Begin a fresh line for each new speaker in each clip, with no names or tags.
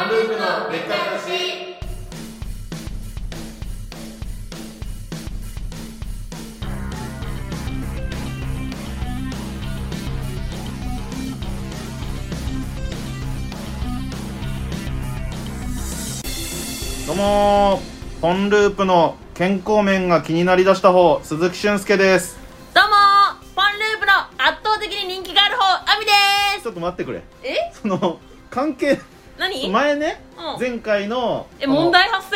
のめかし
どうもーポンループの健康面が気になりだした方鈴木俊介です
どうもーポンループの圧倒的に人気がある方アミでー
ちょっと待ってくれ
すえ
その関係
何
前ね、
うん
前回の
え
その
問題発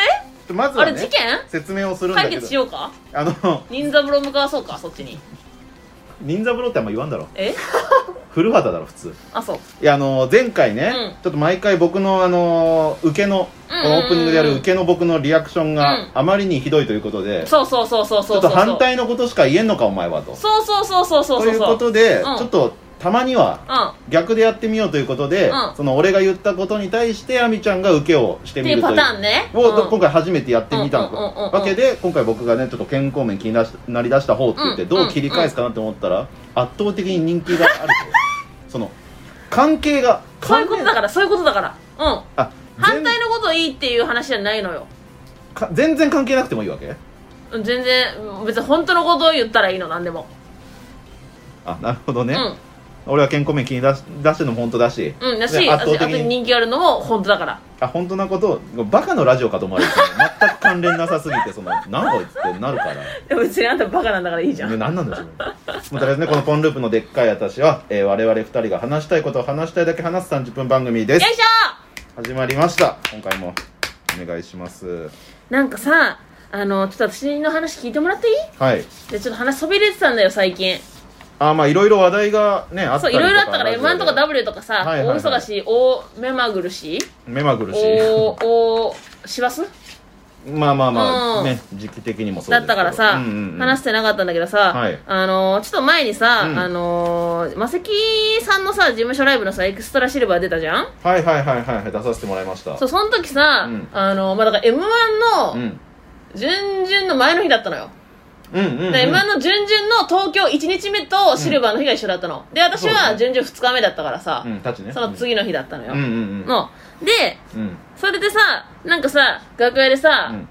生
まず
あ
は、ね、
れ事件
説明をするんだ
解
け
決し
ど
ようか
あの
忍三郎向かわそうかそっちに
忍三郎ってあんま言わんだろ
え
古畑だろ普通
あそう
いやあの前回ね、
うん
ちょっと毎回僕のあの受けの、
うんうんうん
オープニングでやる受けの僕のリアクション
う
が
ん
あまりにひどいということで、ち
そうそうそうそう
ょ
そう
っと
そう
反対のことしか言えんのかお前はと
そうそうそうそうそう
と
そう
いうこ
そうそう
とで、
うん
ちょっとたまには
うん
逆でやってみようということで、
うん
その俺が言ったことに対して亜美ちゃんが受けをして
って
み
い
る
う
とい
パ
う
ターンね
を、
うん
今回初めてやってみた
うんうんうんうん
わけで今回僕がねちょっと健康面気になしなりだした方って言って、
うん
どう切り返すかなと思ったら、圧倒的に人気があるとその関係が
そういうことだからそういうことだからうん
あ
反対
の
のこといいっていう話じゃないのよ
全然関係なくてもいいわけ
うん全然うん別に本当のことを言ったらいいの何でも
あなるほどね、
うん
俺は健康面気に出し出してるのも本当だし、
うんだし、
ね
あ
圧
と
倒
あと
的に
人気あるのも本当だから
あ本当なことをバカのラジオかと思われてた全く関連なさすぎてその何こいつってなるから
いや別にあんたバカなんだからいいじゃん
ね何なんでしょうねもうとりあえずねこのポンループのでっかい私は、えー我々二人が話したいことを話したいだけ話す30分番組で
よい
す
しょ
始まりました今回もお願いします
なんかさあのちょっと私の話聞いてもらっていい
はい
でちょっと話そびれてたんだよ最近
あーまあいろいろ話題がねあった
そう
り
い
とか
ろいろあったから
ラジオで
M1 とか W とかさ、
はいはいはい
大忙しい大目まぐるしい
目まぐるしい
大大師走
まあまあまあ
うん
ね時期的にもそうですけ
だ
ど
ったからさ、
うんうんうん
話してなかったんだけどさ、
はい
あのちょっと前にさ、
うん
あのマセキさんのさ事務所ライブのさエクストラシルバー出たじゃん
はいはいはいはいはい出させてもらいました
そうその時さ、
うん
あのまあだから M1
う
の
ん
準々の前の日だったのよ、
うんうんうん
で M1 の準々の東京1日目とシルバーの日が一緒だったの、で私
そうだ
は
ね
準々2日目だったからさ、
うんたちね
その次の日だったのよ、
うんうんうん
ので
うん
それでさなんかさ楽屋でさ、
うん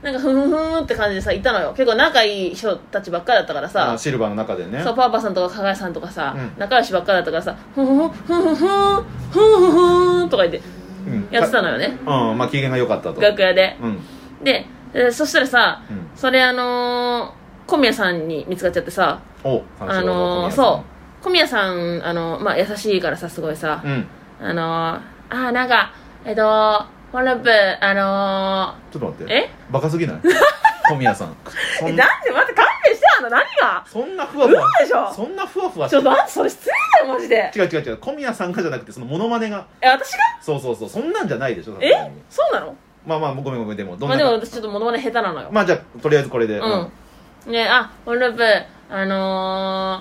なんかふんふんふんって感じでさいたのよ結構仲いい人たちばっかだったから
あ
さ
ーシルバーの中でね
そうパーパーさんとか加賀谷さんとかさ、
うん
仲良しばっかだったからさふんふんふんふんふんふんふんとか言って
うん
やってたのよね
うんまあ機嫌が良かったと
楽屋で
うん
ででそしたらさ、
うん
それあのー、小宮さんに見つかっちゃってさ
お
あのー、そう小宮さんあのまあ優しいからさすごいさ、
うん
あのー、あーなんかえっとワンラップあの
ちょっと待って
え
バカすぎ ない小宮さんそ
ー、え
ん
なんで待って勘弁してあの何が
そんなふわふわ
嘘でしょ
そんなふわふわ
ちょっと待ってそれ失礼だよマジで
違う違う違う小宮さんがじゃなくてそのモノマネが
え私が
そうそうそうそんなんじゃないでしょさすが
え
に
そうなの
まあまあごめんごめんでもどん
ま
な
あでも私ちょっとモノマネ下手なのよ、
まあじゃあとりあえずこれでうん
うんねあワンラップあの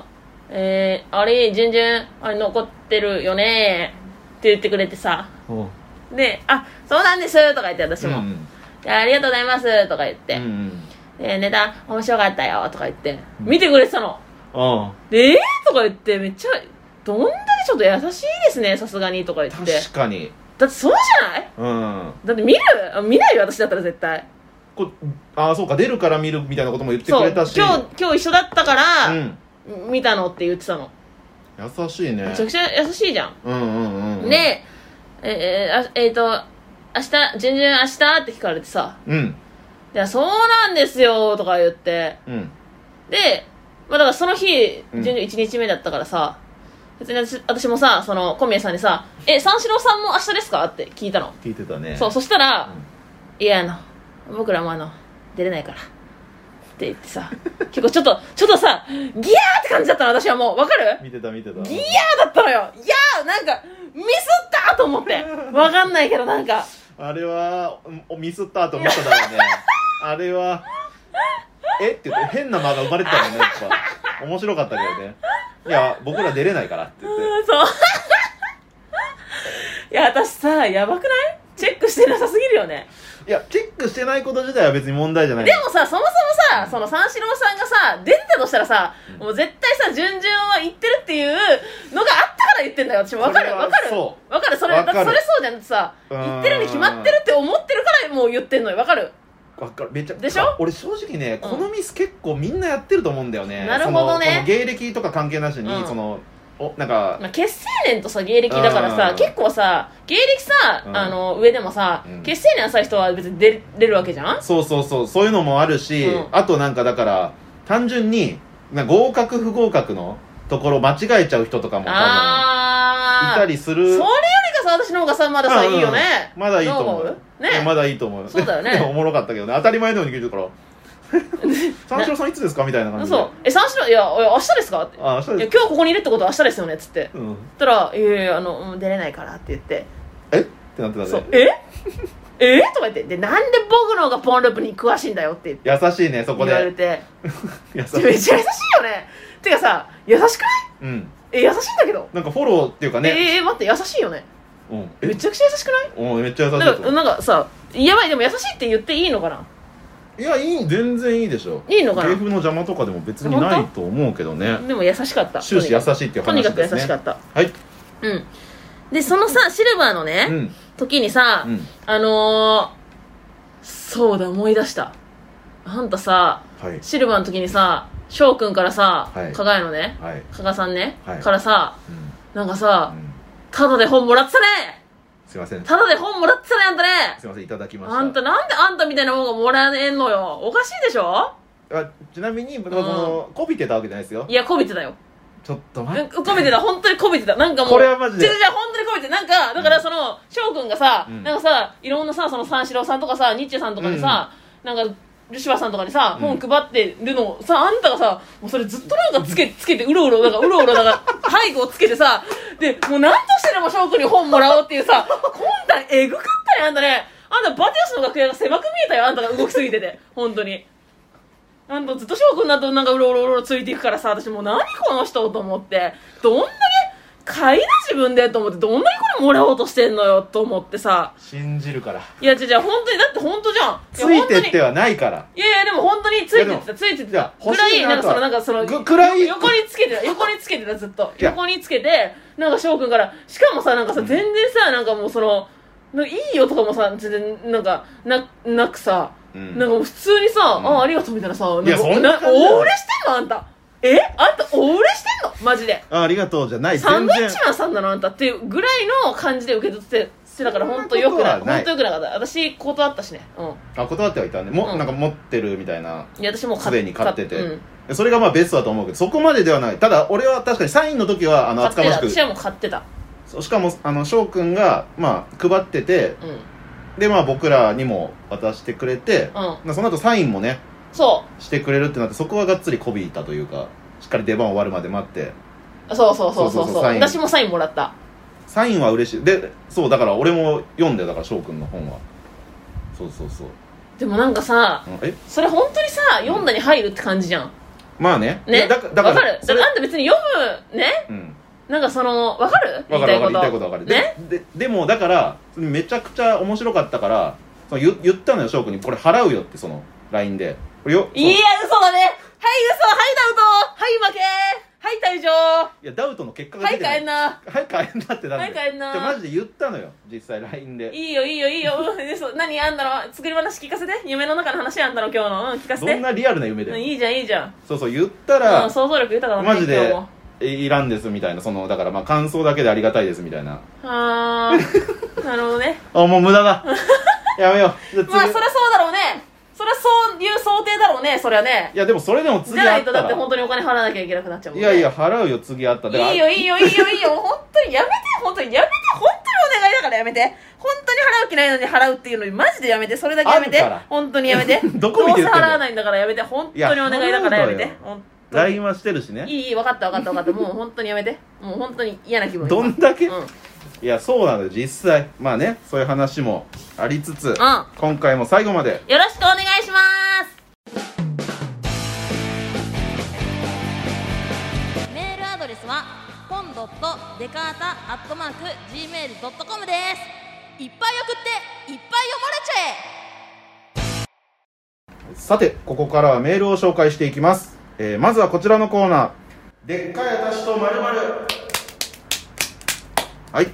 ー、えー、あれ全然あれ残ってるよねーって言ってくれてさ
おう
で「あそうなんです」とか言って私
うんう
も、
ん
でありがとうございます」とか言って、
うんうん
でネタ面白かったよとか言って
うん
見てくれてたの
ああ
でえー、とか言ってめっちゃどんだけちょっと優しいですねさすがにとか言って
確かに
だってそうじゃない
うん
だって見るあ見ないよ私だったら絶対
こああそうか出るから見るみたいなことも言ってく
そう
れ
今
たし
日今日一緒だったから、
うん
見たのって言ってたの
優しいね
めちゃくちゃ優しいじゃん、
うんうんうん
でえー、あえー、と明日準々明日って聞かれてさ
うん
「いやそうなんですよ」とか言って
うん
で、まあ、だからその日
うん
順々1日目だったからさ、別に私私もさその小宮さんにさ「え三四郎さんも明日ですか?」って聞いたの、
聞いてたね
そうそしたら
うん
「いやあの僕らもあの出れないから」って言ってさ 結構ちょっとちょっとさギヤーって感じだったの私はもうわかる
見てた見てた
ギヤーだったのよいやーなんかミスったと思ってわかんないけどなんか
あれはおミスったと思っただろうねあれはえって言って変な間が生まれてたもんねやっぱ面白かったけどねいや僕ら出 れないからって言って
そういや私さやばくないチェックしてなさすぎるよね
いやチェックしてないこと自体は別に問題じゃない
でもさそもそもさその三四郎さんがさ出てたとしたらさ、
うん
もう絶対さ順々は言ってるっていうのがあったから言ってんだよ私もわ
そ
かる
れは
わかる
そ
わかるそれ
わかる
だってそれそうじゃんだってさ
うーん
言ってるに決まってるって思ってるからもう言ってんのよわかる
わかるめちゃ
でしょ
俺正直ね
うん
このミス結構みんなやってると思うんだよね
なるほどね
そのこの芸歴とか関係なしに、
うん
そのおなんか
まあ、結成年とさ芸歴だからさ
うん
結構さ芸歴さ、
うん
あの上でもさ、
うん
結成年浅い人は別に出れるわけじゃん
そうそうそうそういうのもあるし、
うん
あとなんかだから単純にな合格不合格のところ間違えちゃう人とかも多分
あ
い
あ
たりす
それよ
る
りかさ私の方がさまださ、
うんうん
いいよね
まだいいと思
ど
う
うね
いやまだいいと思う
そうだよね
で もおもろかったけどね当たり前のように聞いてるから 三四郎さんいつですかみたいな感じで
そうえ三四郎いやいや明日ですかってい
あそう
や
で
今
す
日ここにいるってことは明日ですよねっつって
うん
そしたら「いやいやいやあのうん出れないから」って言って
えってなって
「
た
そう
ね
ええとか言って「でなんで僕の方がポンループに詳しいんだよ」って
優しいねそ
言
こ
われ
で
て
優し
めっ
い
ちゃ優しいよねてかさ優しくない
うん
え優しいんだけど
なんかフォローっていうかね
えええ待って優しいよね
うん
め
え
ちゃくちゃ優しくない
おめっちゃ優しい
な
と思
んか
う
なんかさやばいでも優しいって言っていいのかない
やいい全然いいでしょ
いいのか
芸
な
風の邪魔とかでも別にないと思うけどね
でも優しかった
終始優しいっていう
とに
話
かく
で
優
すね
しかった
はい
うんでそのさシルバーのね、
うん
時にさ、
うん
あのー、そうだ思い出したあんたさ
はい
シルバーの時にさ翔くんからさ、
はい
加賀屋のね
はい
加賀さんね、
はい
からさ
うん
なんか
う
さ
ん
ただで本もらってたね
すいませんす
ただで本もらってたねあんたね
いませんいただきました
あんたなんであんたみたいなもんがもらえんのよおかしいでしょ
あちなみに僕はそのこびてたわけじゃないですよ
いやこびてたよ
ちょっと待
う
っ
ん
て
こびてた本当にこびてたなんかもう
これはマジで
違う違う本当にこびてたなんかだからその翔くんがさ、
うん
なんかさいろんなさその三四郎さんとかさニッチェさんとかにさ、なんかルシファーさんとかにさ、
うん
本配ってるのをさあんたがさもうそれずっとなんかつけつけてうろうろなんかうろうろなんか背後をつけてさでもう何としてでも翔くんに本もらおうっていうさ今回えぐかったねあんたねあんたバティオスの楽屋が狭く見えたよあんたが動きすぎてて本当に。なんとずっと翔くんだとなんかうろうろうろうろついていくからさ、私もう何この人と思って、どんだけ、買いな自分でと思って、どんだけこれもらおうとしてんのよと思ってさ。
信じるから
いや、じゃじゃ本当に、だって本当じゃん。
ついてって
いや本
はないから
当にいやいや、でも本当についてってた、ついてって
いや
た。
欲
ぐ
し
らい、
いな
なんかその、なんかその、
ぐくらい
横につけ てた、横につけてた、ずっと。
いや
横につけて、なんか翔くんから、しかもさ、なんかさ、
うん
全然さ、なんかもうその、なんかいいよとかもさ、全然、なんか、な、なくさ、
うん
なんかもう普通にさ、
ん
あありがとうみたいなさなんか
いやそんな
な
感じだよ
大売れしてんのあんたえあんた大売れしてんのマジで
あありがとうじゃない
サ
全
ンドイッ
然
チマンさんなのあんたっていうぐらいの感じで受け取っててだから
そんな
本
こと
当
は
よくない
ない
本当よくなかった私断ったしねう
あ断ってはいたんでも
うん
なんか持ってるみたいなん
いや私もう
すでに買ってて
うん
でそれがまあベストだと思うけどそこまでではないただ俺は確かにサインの時はあの
買っ
厚か
て
ま
た
しく
私はもう買ってた
そうしかもあの翔くんがまあ配ってて
うんうん
でまあ僕らにも渡してくれて、まあその後サインもね
そ
してくれるってなってそこはがっつりこびいたというかしっかり出番終わるまで待って
うそうそうそうそう
そうそうそう
そう
サイン
私もサインもらった
サインは嬉しいでそうだから俺も読んだよだから翔くんの本はそうそうそう
でもなんかさ
うんえ
それ本当にさ読んだに入るって感じじゃん
まあねい
ね
やだかだ
わ
か
かる
ら
だ
そ
か
れ
らあんた別に読むね
うん
なんかそのわかる
わかるわかる言いたいことわかるで
ね
ででもだからめちゃくちゃ面白かったからその言言ったのよ翔くんにこれ払うよってその LINE でこれよ
いや、嘘だね。はい、嘘。はい、ダウト。はい、負け。はい、退場。
いやダウトの結果が
は
出
い、
てな
帰
い
んな。
はい帰んなってなん
はい、
で
帰んな
で。マジで言ったのよ実際 LINE で
いいよ、いいよ、いいよ。うん嘘何あんだろ作り話聞かせて。夢の中の話あんだろ今日の。うん、聞かせ
どん
て。
なリアルな夢
うん
で
いいじゃん、いいじゃん。
そうそう言った
う
ら
ん、想像力豊かだね。
マジで
今日も
いらんですみたいなそのだからまあ感想だけでありがたいですみたいな
あ ー。なるほどね。
あもう無駄 だやめようじゃあ次、
まあ、そりゃそうだろうね。そりゃそういう想定だろうね、そりゃね。
いやでもそれでも次
じゃな
会っ
いと、
た
だっ
ら
て本当にお金払わなきゃいけなくなっちゃうもん
い
ね。
やいや払うよ次会っただから
いいよいいよいいよいいよ本当にやめて本当にやめて本当にお願いだからやめて本当に払う気ないのに払うっていうのにマジでやめてそれだけやめて
あるから
本当にやめて
どこ見て言っ
どう
て
せ
んの
払わないんだからやめて本当にお願いだからやめ
い
て
や
本当に
LINE はしてるしね
いいいい分かった分かった分かったもう本当にやめてもう本当に嫌な気分
ど
うん
んだけ、
うん
いやそうなのよ実際まあねそういう話もありつつ、
よ
今回も最後まで
ろしくお願いしますメールアドレスはポンドットデカータアットマーク Gmail.com です
いっぱい送っていっぱい読まれちゃえ
さてここからはメールを紹介していきます、えーまずはこちらのコーナーでっかい私とまるまるはい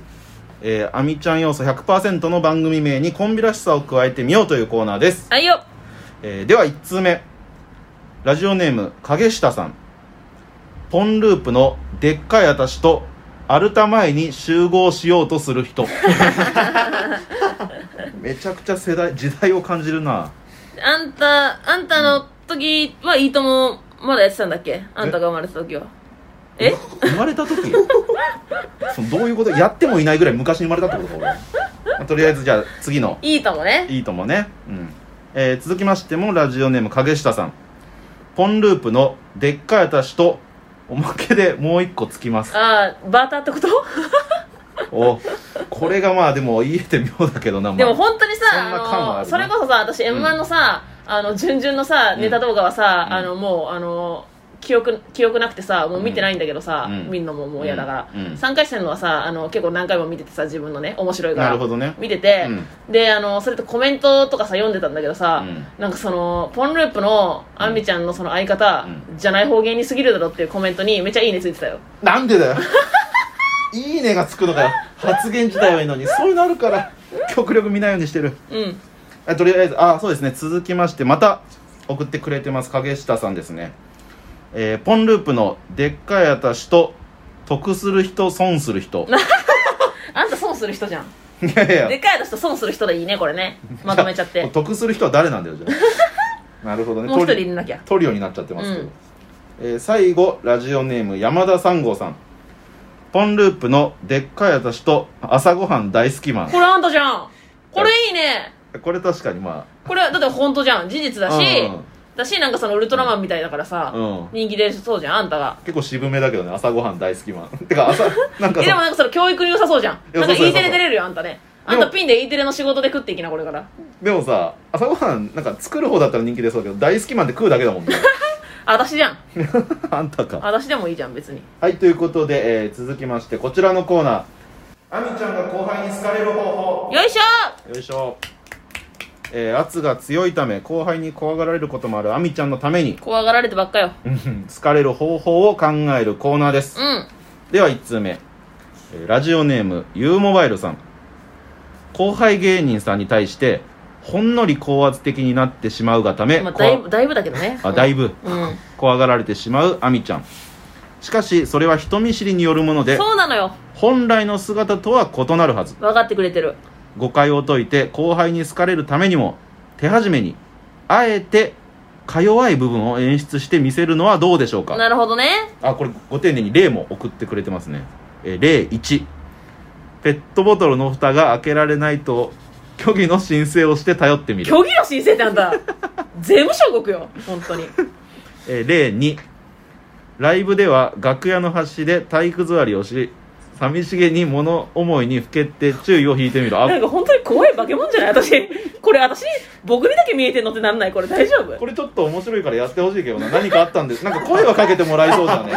えー、あみちゃん要素100%の番組名にコンビらしさを加えてみようというコーナーです、
はいよ
えーでは1通目ラジオネーム影下さんポンループのでっかい私とアルタ前に集合しようとする人めちゃくちゃ世代時代を感じるな
あんたあんたの時はいいともまだやってたんだっけあんたが生まれた時はえ
生まれた時 そのどういうことやってもいないぐらい昔に生まれたってことか俺、まあとりあえずじゃあ次の
いいともね
いいともね、うんえー続きましてもラジオネーム影下さんポンループのでっかい私とおまけでもう一個つきます
ああバーターってこと
おこれがまあでも言えて妙だけどな、まあ
でも本当にさ
そんな感はある
あ
な
のそれこそさ私 m 1のさ、あの準々のさ
うん
ネタ動画はさ、
うん
あのもうあの記憶記憶なくてさもう見てないんだけどさ、
うん
見んのももう嫌だから、
うんうん
3回戦のはさあの結構何回も見ててさ自分のね面白いから
なるほどね
見てて、であのそれとコメントとかさ読んでたんだけどさ、
うん
なんかそのポンループのあんみちゃんのその相方、じゃない方言に過ぎるだろっていうコメントにめっちゃいいねついてたよ
なんでだよいいねがつくのかよ発言自体はいいのにそういうのあるから極力見ないようにしてる
うん
あとりあえずあそうですね続きましてまた送ってくれてます影下さんですね、えーポンループのでっかい私と得する人損する人
あんた損する人じゃん
いやいや
でかい人と損する人でいいねこれねまとめち ゃって
得する人は誰なんだよじゃ あなるほどね
もう一人
トリ
入れなきゃ
トリオになっちゃってますけど、
うん
えー最後ラジオネーム山田三号さんポンループのでっかい私と朝ごはん大好きマン
これあんたじゃんこれいいね
これ確かにま
これはだって本当じゃん事実だし、
うん
だしなんかそのウルトラマンみたいだからさ
あ、、うん、
人気でそうじゃんあんたが
結構渋めだけどね朝ごはん大好きマンてか朝なんかそ
えで
の
もなんかその教育に良さそうじゃん
良
な
さ
ん
そう良さそ
か
う
E テレ出れるよあんたねあ
で
ん
も
たピンで E テレの仕事で食っていきなこれから
でもさ朝ごはんなんか作る方だったら人気出そうだけど大好きマンって食うだけだもんね
私じゃん
あんたか
私でもいいじゃん別に
はいということで、えー続きましてこちらのコーナーあみちゃんが後輩に好かれる方法
よいしょ
よいしょえー圧が強いため後輩に怖がられることもあるあみちゃんのために
怖がられてばっかよ
うん好かれる方法を考えるコーナーです
うん
では1通目えーラジオネームゆうモバイルさん後輩芸人さんに対してほんのり高圧的になってしまうがため、
まあ
こわ
だいぶだいぶだけどね
あだい
ぶ
ぶ
うん
怖がられてしまうアミちゃんしかしそれは人見知りによるもので
そうなのよ
本来の姿とは異なるはず
分かってくれてる
誤解を解いて後輩に好かれるためにも手始めにあえてか弱い部分を演出して見せるのはどうでしょうか
なるほどね
あこれご丁寧に例も送ってくれてますね、えー例1ペットボトルの蓋が開けられないと虚偽の申請をして頼ってみる
虚偽の申請ってあ んた税務署動くよ本当に
えー例2ライブでは楽屋の端で体育座りをし寂しげに物思いにふけて注意を引いてみる
な
あ
んか本当に怖い化け物じゃない私これ私僕にだけ見えてんのってなんないこれ大丈夫
これちょっと面白いからやってほしいけどな何かあったんですなんか声はかけてもらえそうだね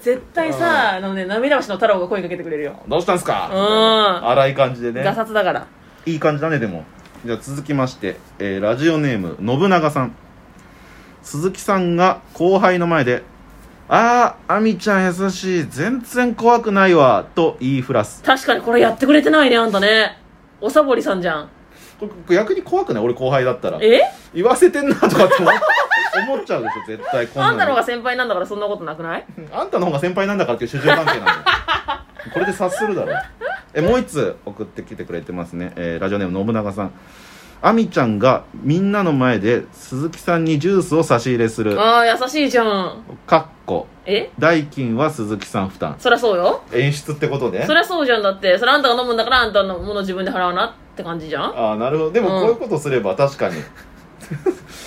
絶対さあのね涙橋の太郎が声かけてくれるよ
どうしたんす
う
か
ん
荒い感じでね
ガサツだから
いい感じだねでもじゃあ続きまして、えーラジオネーム信長さん鈴木さんが後輩の前で「ああ亜美ちゃん優しい全然怖くないわ」と言いふらす
確かにこれやってくれてないねあんたねおさぼりさんじゃん
これこれ逆に怖くない俺後輩だったら
え
言わせてんなとかって思 思っちゃうでしょ絶対こんな
あんたの方が
の
先輩なんだからそんなことなくない
あんたの方が先輩なんだからっていう主従関係なんだよこれで察するだろえもう一つ送ってきてくれてますね、えーラジオネーム信長さんあみちゃんがみんなの前で鈴木さんにジュースを差し入れする
ああ優しいじゃん
かっこ
え
代金は鈴木さん負担
そりゃそうよ
演出ってことね
そりゃそうじゃんだってそれあんたが飲むんだからあんたのもの自分で払うなって感じじゃん
ああなるほどでも
う
こ
ん
ういうことすれば確かに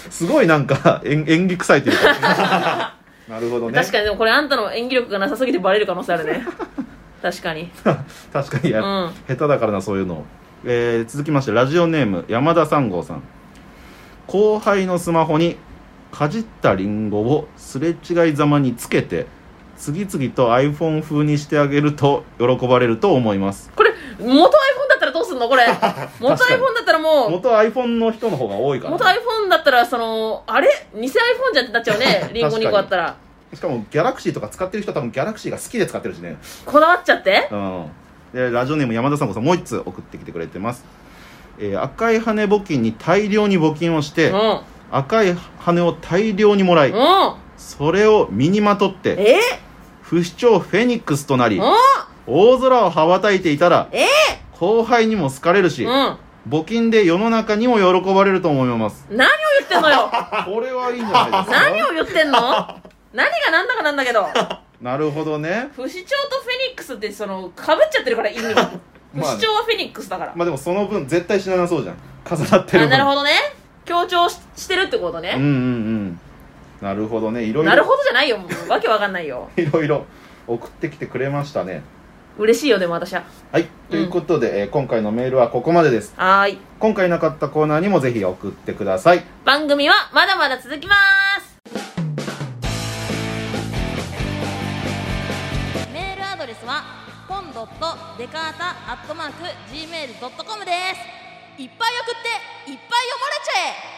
すごいなんか演演技臭いという かなるほどね
確かにでもこれあんたの演技力がなさすぎてバレる可能性あ るね確かに
確かにや、
うん
下手だからなそういうの、えー続きましてラジオネーム山田三号さん後輩のスマホにかじったリンゴをすれ違いざまにつけて次々と iPhone 風にしてあげると喜ばれると思います
これ元 iPhone だったらどうすんの これ元 iPhone だったらもう
元 iPhone の人の方が多いから
元
ね、
iPhone だったらそのあれ偽 iPhone じゃんってなっちゃ うねリンゴ2個あったら
しかもギャラクシーとか使ってる人は多分ギャラクシーが好きで使ってるしね
こだわっちゃって
うんでラジオネーム山田さんこそもう一通送ってきてくれてます、えー赤い羽根募金に大量に募金をし
う
て、
んうん
赤い羽根を大量にもらい、それを身にまとって
え
不死鳥フェニックスとなり、
うん
大空を羽ばたいていたら、
え
後輩にも好かれるし、
うん
募金で世の中にも喜ばれると思います
何を言ってんの よ
これはいいんじゃないですか
何を言ってんの何が何だかなんだけど
なるほどね
不死鳥とフェニックスってそのかぶっちゃってるから意味が不
まあ
死鳥はフェニックスだから、
まあでもその分絶対死ななそうじゃん重なってる
あ
分
なるほどね強調ししてるってことね、
うんうんうんなるほどねいろい
なる
ろ
ほどじゃないよもうわけわかんないよ
いろいろ送ってきてくれましたね
嬉しいよでも私は
はいということで、えー今回のメールはここまでです
はーい
今回なかったコーナーにもぜひ送ってください
番組はまだまだ続きます
メールアドレスはポンドットデカータアットマーク Gmail.com ですいっぱい送っていっぱい読まれちゃえ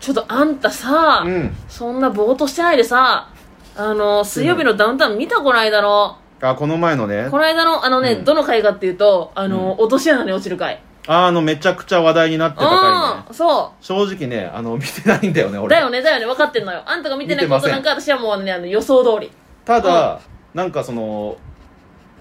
ちょっとあんたさ、
うん
そんなぼーっとしてないでさあの水曜日のダウンタウン見たこないだの
あこの前のね
この間のあのね、
うん
どの回かっていうとあの、落とし穴に落ちる回
あのめちゃくちゃ話題になってた回ね
うんそう
正直ねあの見てないんだよね俺
だよねだよね分かってんのよあんたが見てないこ
見て
と
ま
な
せ
ん
ん
か私はもうねあの予想通り
ただ、なんかその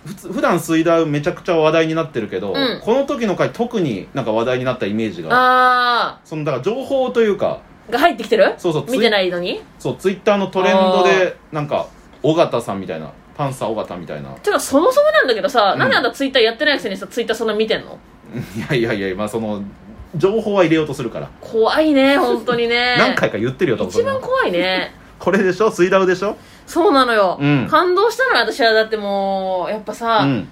普通普段水ダウめちゃくちゃ話題になってるけど、
うん
この時の回特になんか話題になったイメージが
あ
そのだから情報というか
ーが入ってきてる
そうそう
見て
い
ないのに
そうツイッターのトレンドでなんか尾形さんみたいなパンサー尾形みたいな
てかそもそもなんだけどさ、
うん
なんであんたツイッターやってないくせにさツイッターそんな見てんの
いやいやいやまあその情報は入れようとするから、
怖い ね本当にね
何回か言ってるよ多分そ
一
れ
番
は
怖いね
これでしょ水ダウでしょ
そうなのよ、
うん
感動したのよ私はだってもうやっぱさ、
うん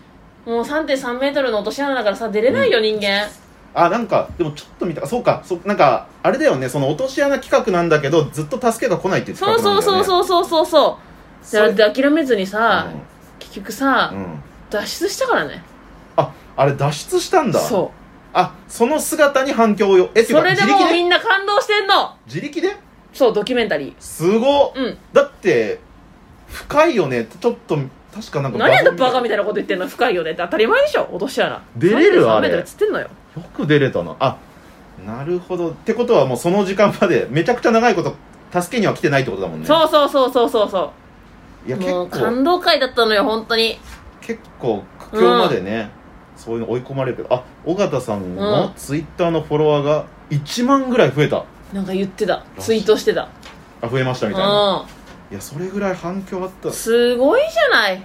もう3 3メートルの落とし穴だからさ出れないよ、人間
あなんかでもちょっと見たそうかそうなんかあれだよねその落とし穴企画なんだけどずっと助けが来ないっていう
そ
企
う
画な
そ
んだよ
うそ
ね
うそうそうそうそう
それ
だって諦めずにさ、
うん
結局さ、
うん
脱出したからね
ああれ脱出したんだう
そ
あその姿に反響をよえ
う
ってい
そう
か
れで
自
も
力
うみ
で
んな感動してんの
自力で
そうドキュメンタリ
すごっ
ーうん
だって深いよねちょっと確かなんか
何やった
画
バカ
像見
みたいなこと言ってんの深いよねって当たり前でしょ落とし穴
出れるあれ
3 m つってんのよ
たよく出れたなあなるほどってことはもうその時間までめちゃくちゃ長いこと助けには来てないってことだもんね
そうそうそうそうそうそ
いや
う
結構
もう感動会だったのよ本当に
結構苦境までね、そういうの追い込まれるけどあ尾形さん
う
の
ん
ツイッターのフォロワーが1万ぐらい増えた
なんか言ってたツイートしてた
あ増えましたみたいな
う
いやそれぐらい反響あった
んすごいじゃない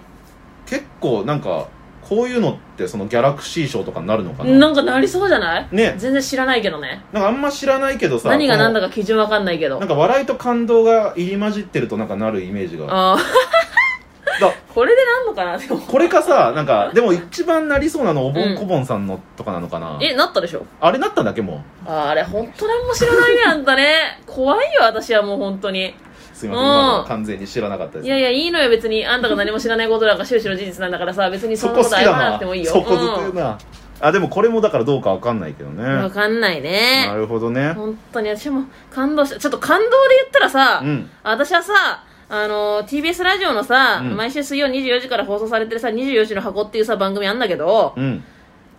結構なんかこういうのってそのギャラクシー賞とかになるのかな
なんかなりそうじゃない
ね
全然知らないけどね
なんかあんま知らないけどさ
何が
この
何だか基準わかんないけど
なんか笑いと感動が入り混じってるとなんかなるイメージが
あー
だ
これでなんのかなでも
これかさなんかでも一番なりそうなのおぼんこぼんさんのとかなのかな、
えなったでしょ
あれなったんだっけも
あーあれ本当何も知らないねあんたね怖いよ私はもう本当に
うすいません
うん
今のは完全に知らなかったです
いやいやいいのよ別にあんたが何も知らないことなんか終始の事実なんだからさ別にそ
そこ
んな
好
こ
き
と謝
だ
らな
な
くてもいいよ
そこずっと言う
う
な、あでもこれもだからどうかわかんないけどね
ん、わかんない
な
ね
るほどね
本当に私も感動したちょっと感動で言ったらさ、
うん
私はさあの TBS ラジオのさ、
うん
毎週水曜24時から放送されてるさ「24時の箱」っていうさ番組あんだけど、
うん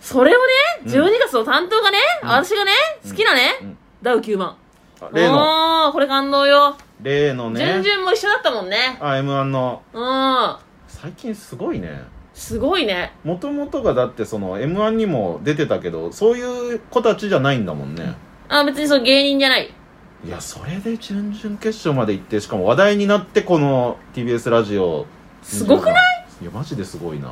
それをね
うん
12月の担当がね、
うん
私がね好きなね、
うん
ダウ9万
あ例の
おーこれ感動よ、
例の
準
ね
々も一緒だったもんね
あ m 1の
うん
最近すごいね
すごいね
もともとがだってその m 1にも出てたけどそういう子たちじゃないんだもんね
あ別にそう芸人じゃない
いやそれで準々決勝まで行ってしかも話題になってこの TBS ラジオ
すごくない
いやマジですごいない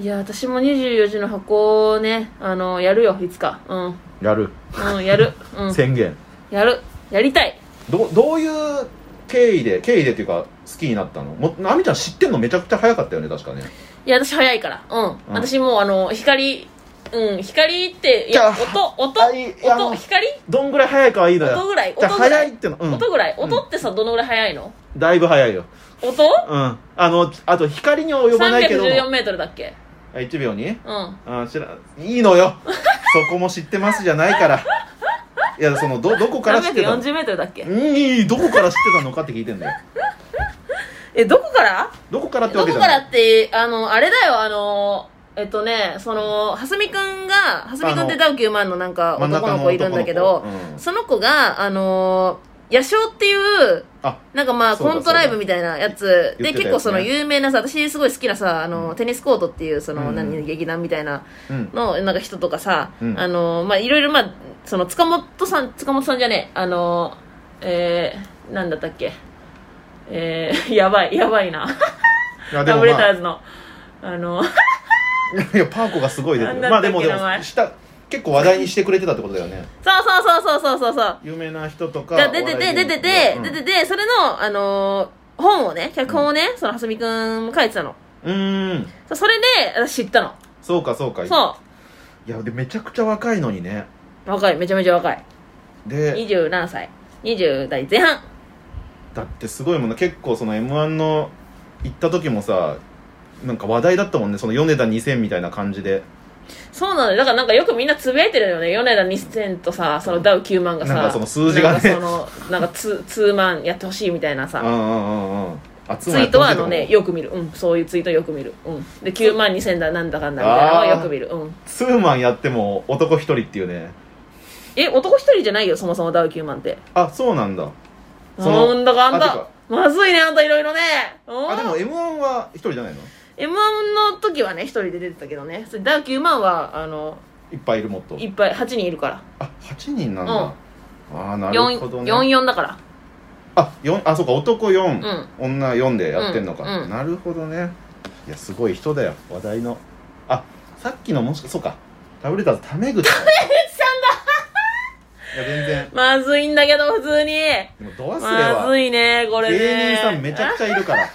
や私も24時の箱をねあのやるよいつかう
やる、
んうんやるうん
宣言
やるやりたい
どどういう経緯で経緯でっていうか好きになったのもあみちゃん知ってんのめちゃくちゃ早かったよね確かね
いや私早いからうん、
ん
私もうあの光うん光っていや
じゃ
音音
あいいやもう
音光
どんぐらい早いかはいいの
音
よ
ぐらい
じゃあ
音ぐら
早
い
いってのうん
音ぐらい
うん
音ってさどのぐらい早いの
だいぶ早いよ
音
うんあのあと光には及ばないけど
314メートルだっけ
あ1秒に
うん
あ知らいいの よそこも知ってますじゃないからいやそのどどこから知ってた
何
の
メートルだっけ
いいどこから知ってたのかって聞いてんだよ
えどこから
どこからって
ど
わけ
こ
じゃ
か
な
ら
い
ってあのあれだよあのえっとねそのはすみくんがはすみくんってダウ9万のなんか
真ん中
男
の
の子いるんだけど
男の子うん
その子があの野鳥っていう
あ
なんかまあ
そうだ
コントライブみたいなやつ
言っ
で
てたやつね
結構その有名なさ私すごい好きなさあのテニスコートっていうその
うん
何劇団みたいな
うん
のなんか人とかさ、
うん
あのまあいろいろまあその塚本さん塚本さんじゃねえあのえー、なんだったっけえー、 やばいやばいな、
いやで
ラ
も
ブレタ
まあ
ーズのあの
いやパーコがすごい出て
あん
る
な
まあでも
だっ
で
け
も
名前
した結構話題にしてくれてたってことだよね
そうそうそうそうそうそうそう
有名な人とか
が出てて出てて
お笑
出
い芸人とか
ててそれのあのー本をね脚本をね、その蓮見くんも書いてたの
うんうーん
そうそれで私知ったの
そうかそうか
そ
いやでめちゃくちゃ若いのにね
う若いめちゃめちゃ若い
で
20何歳20代前半
だってすごいもんね結構その m 1の行った時もさなんか話題だったもんねその米田2000みたいな感じで
そうなのよだからなんかよくみんなつぶやいてるよね米田2000とさそのダウ9万がさ
なんかその数字がね
なんかそのなんか 2, 2万やってほしいみたいな
うんう
さ
んうんうんあつ
ツイ
まり
ートはあ
ど
の
うして
ね
も
よく見るうんそういうツイートよく見るうんで9万2000だなんだかんだみたいなのはよく見るうん
ツーマンやっても男一人っていうね
え男一人じゃないよそもそもダウ9万って
あそうなんだその
なんだかあん
あて
だ
か
まずいねあんたいろいろねうん
あでも m 1は一人じゃないの
m 1の時はね一人で出てたけどねそれダウ9万はあの
いっぱいいるもっと
いっぱい8人いるから
あ八8人なんだ、
うん
ああなるほどね
44だから
あ四あそうか男4、女4でやってんのか、
うんうん
なるほどねいやすごい人だよ話題のあさっきのもしかそうかラブレターズタメ口タメ口さんだいや全然
まずいんだけど普通に
でもド忘れ
まず
はい
ねこれね
芸人さんめちゃくちゃいるから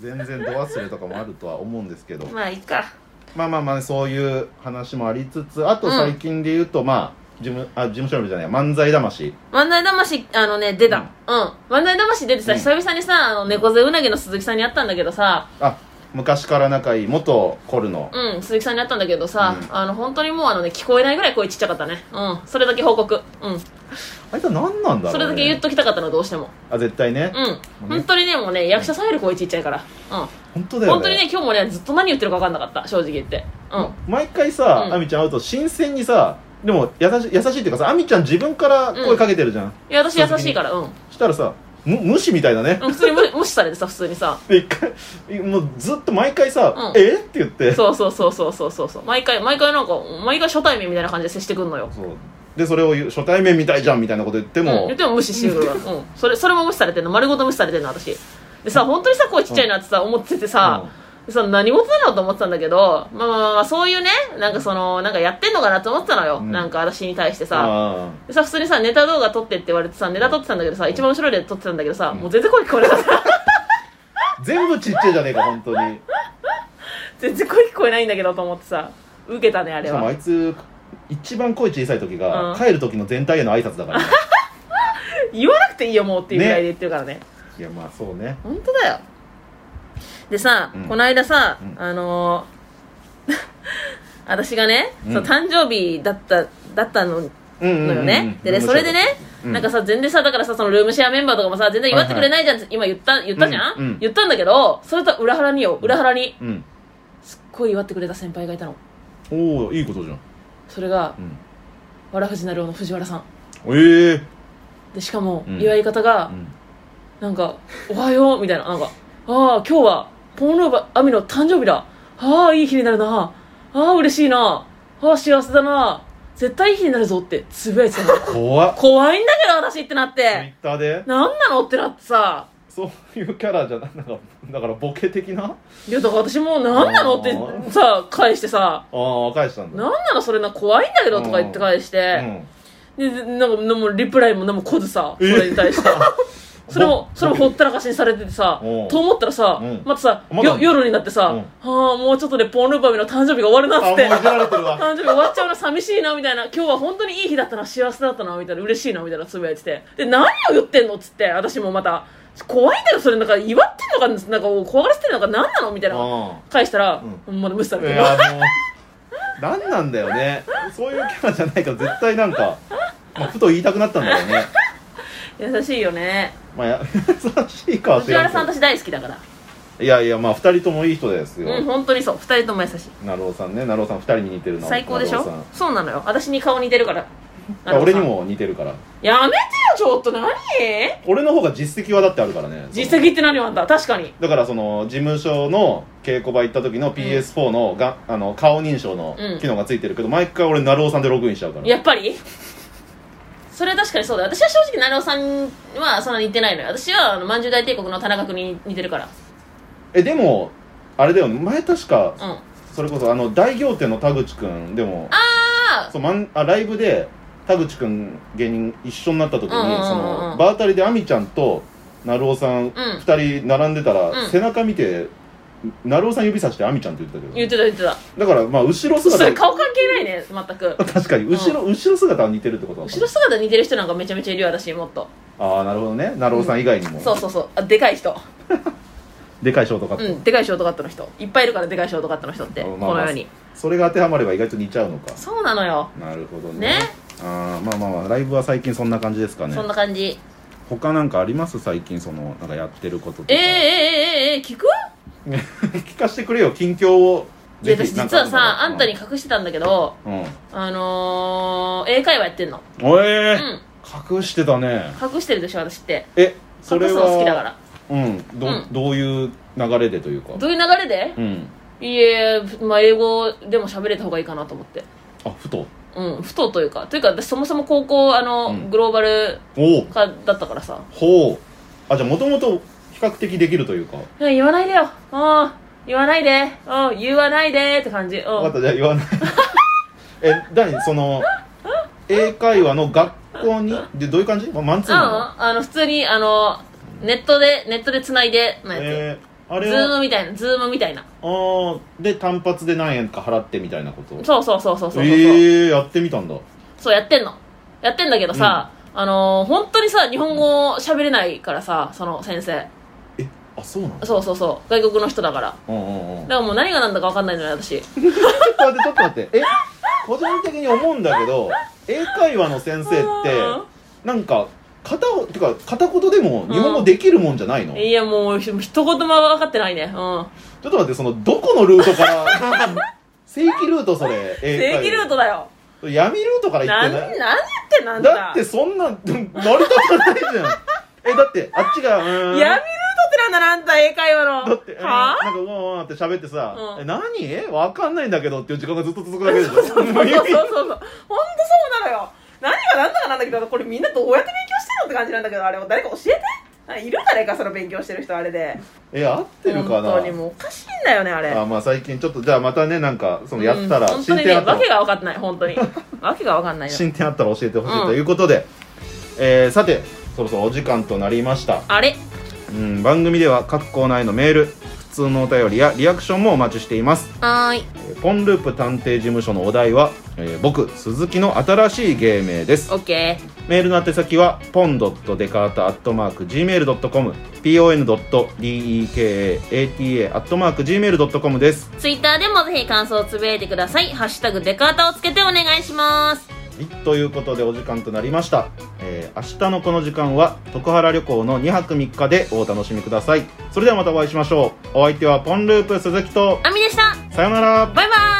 全然ド忘れとかもあるとは思うんですけど
あまあいいか
まあまあまあ、ね、そういう話もありつつあと最近で言うと、まあ事務あ事務所のじゃない漫才魂
漫才魂あのね出たうん、漫才魂出てさ
うん
久々にさあの猫背うなぎの鈴木さんに会ったんだけどさ
あ昔から仲いい元コルの
うん鈴木さんに会ったんだけどさ、
うん
あの本当にもうあのね聞こえないぐらい声ちっちゃかったねうんそれだけ報告うん
あいつは何なんだろう、ね、
それだけ言っときたかったのどうしても
あ絶対ね、
うん本当にねもうね役者さんより声ちっちゃいからう
本当
ん
だよね
本当にね今日もねずっと何言ってるか分かんなかった正直言ってうん
毎回さ、
うん
あみちゃん会うと新鮮にさでも優し優しいっていうかさあみちゃん自分から声かけてるじゃん、
いや私優しいからうん
したらさむ無視みたいなね、
うん普通に無 無視されてさ普通にさ
で一回もうずっと毎回さ「
うん
えっ?」て言って
そうそうそうそうそうそうそう毎回毎回なんか毎回初対面みたいな感じで接してくんのよ
そうでそれを言う初対面みたいじゃんみたいなこと言って
うん
も、
言っても無視してくるから、うん、それそれも無視されてんの丸ごと無視されてんの私でさ本当にさ声ちっちゃいなってさ思っててさ、さ何事だろうと思ってたんだけどまあまあまあまあそういうねなんかそのなんかやってんのかなと思ってたのよ、
うん
なんか私に対してさ
あ
でさ普通にさネタ動画撮ってって言われてさネタ撮ってたんだけどさ一番後ろで撮ってたんだけどさ、もう全然声聞こえなかった
あ全部ちっちゃいじゃねえか本当に
全然声聞こえないんだけどと思ってさ受けたねあ
し
れ
かもあ
はい
つ一番声小さい時が、
うん
帰る時の全体への挨拶だ からね
言わなくていいよもうっていうぐらいで言ってるからね
いやまあそうね
本当だよでさ、
うん
この間さ、
うん
あの ー私がね、
うん
その誕生日だっただった
う
の
んうんうんう
のよ
ん
ね、でねそれでね、
うん
なんかさ全然さだからさそのルームシェアメンバーとかもさ全然祝ってくれないじゃん、今言った言ったじゃん、
うんうん
言ったんだけどそれとは裏腹によ裏腹に
うん
すっごい祝ってくれた先輩がいたの
おおいいことじゃん、
それが
うん
わらふじなるおの藤原さん
ええ
でしかも
うん
祝い方が、なんか「おはよう」みたいななんか「ああ今日はポンローバアミの誕生日だああいい日になるなああ嬉しいなああ幸せだな絶対いい日になるぞ」ってつぶやいてたの
怖っ
怖いんだけど私ってなっ
ツイッ
て
ターで
なんなのってなってさ
そういうキャラじゃないなんかだからボケ的な
いやだから私もうなんなのっ
あ
て
ー
さ返してさ
ああ返した
「
んだ
なんなのそれな怖いんだけど」とか言って返して、ででなんかもうリプライも何も来ずさそ
え
れに 対して。それも
ぼ
それもほったらかしにされててさ
うん
と思ったらさ、
うん
またさ、
まだ
よ夜になってさ、
うん
はあもうちょっとでポンルーバミの誕生日が終わるな
あ
っ
も
つっ
うい
て
じられてる わ
誕生日終わっちゃうな寂しいなみたいな今日は本当にいい日だったな幸せだったなみたいな嬉しいなみたいなつぶやいててで何を言ってんのっつって私もまた怖いんだよそれなんか祝ってるとかなんかもう怖がらせてるのか何なのみたいな
あ
返したら、
うん
ほんまだ無視さ
あい
れてる
やもう何なんだよねそういうキャラじゃないから絶対なんか、まあ、ふと言いたくなったんだよね
優しいよね
まあや 優しいかって
藤
言わ
原
れて
さん私大好きだから
いやいやまあ2人ともいい人ですよ、
うん本当にそう二人とも優しい
なるおさんねなるおさん2人に似てるの
最高でし
な
ょ
るおさん
そうなのよ私に顔似てるから
いや俺にも似てるから
やめてよちょっと何
俺の方が実績はだってあるからね
実績って何よあんた確かに
だからその事務所の稽古場行った時の PS4 のが、あの顔認証の
うん
機能がついてるけど、毎回俺なるおさんでログインしちゃうから
やっぱりそれは確かにそうだよ私は正直成尾さんはそんなに似てないのよ私はあのまんじゅう大帝国の田中君に似てるから
えでもあれだよね前確か
うんあ
それこそあの大仰天の田口くんでも
あ
そうまんあライブで田口くん芸人一緒になった時に、
うんうんうんうん
その場当たりで亜美ちゃんと成尾さん二人並んでたら、
うん
背中見て成尾さん指さして亜美ちゃんって言ってたけ
言っ
ど
てた言って
だ
た
からまあ後ろ
それ
姿
顔関係ないね全 く
確かに後ろ,、後ろ姿は似てるってことなのか
後
な
ろ姿似てる人なんかめちゃめちゃいるよ私もっと
ああなるほどね成尾さん以外にも、
そうそうそうあでかい人
でかいショートカット、
うんでかいショートカットの人いっぱいいるからでかいショートカットの人って
あ
こ
まあまあ
のように
それが当てはまれば意外と似ちゃうのか
そうなのよ
なるほどね
ね
ああまあまあまあライブは最近そんな感じですかね
そんな感じ
他なんかあります最近そのなんかやってることとか
えー、えええええ聞く
聞かせてくれよ近況を
いや私実はさあんたに
か
隠してたんだけど
うん、うん
あのー、英会話やってんの
おえ
う
ー
ん
隠してたね
隠してるでしょ私って
えそ
隠
れ
す
は
の好きだから
うんど,、う
うん
どういう流れでというか
どういう流れで
うん
いえまあ英語でも喋れた方がいいかなと思って
あふと
うん不当というかというか私そもそも高校あの、
うん
グローバル
おお
化だったからさ
ほうあじゃあもともと比較的できるというか
いや言わないでようん言わないでうん言わないでって感じうん
分かったじゃあ言わない え何その英会話の学校にでどういう感じ、まマンツーマンなの
うんあの普通にあのネットでネットで繋いでのや
えー、あ
つ、
れ
ズー
は
ムみたいなズームみたいな
あーで単発で何円か払ってみたいなこと
そうそうそうそうそうそう、
ええー、やってみたんだ
そうやってんのやってんだけどさ、あのー本当にさ日本語喋れないからさその先生
えあそうなの
そうそうそう外国の人だから
うんうんうん
だからもう何が何だか分かんないのよ
ちょ
私
っと待ってちょっと待ってえ個人的に思うんだけど英会話の先生って
うん
なんか片方てか片言でも日本語できるもんじゃないの、ち
いやもうひ一言も分かってないねうん
ょっと待ってそのどこのルートから 正規ルートそれ英会
正
話
規ルートだよ
闇ルートから行
何
ってない
何やってんのあんた
だってそんな成り立たないじゃんえだってあっちがうーん
闇ルートってなんだなあんた英会話の
だって、な
は
んかうわうわって喋ってさ「
うん
え何わかんないんだけど」っていう時間がずっと続くだけでしょもう
そうそうそうそう
意味
そうそうそうほんとそうなのよ何が何だかなんだけどこれみんなどうやって勉強してるのって感じなんだけどあれも誰か教えてあいる誰かその勉強してる人あれで
え合ってるかな
本当にもうおかしいんだよねあれ
あまあ最近ちょっとじゃあまたねなんかそのやったら
うん本当
進
に
展
ね
あった
わけ
ら
が分かんない本当にわけが分かんないよ
進展あったら教えてほしい
うん
ということでえーさてそろそろお時間となりました
あれ
うん番組では各コーナーへのメール普通のお便りやリアクションもお待ちしています
はーい
えーポンループ探偵事務所のお題は、えー僕鈴木の新しい芸名です
オッケ
メールの宛先は pon.dekata.gmail.com pon.dekata.gmail.com です
ーツイッターでもぜひ感想をつぶやいてください「ハッシュタグデカータ」をつけてお願いします
はいということでお時間となりました、えー明日のこの時間は徳原旅行の2泊3日でお楽しみくださいそれではまたお会いしましょうお相手はポンループ鈴木と
あみでした
さようなら
バイバーイ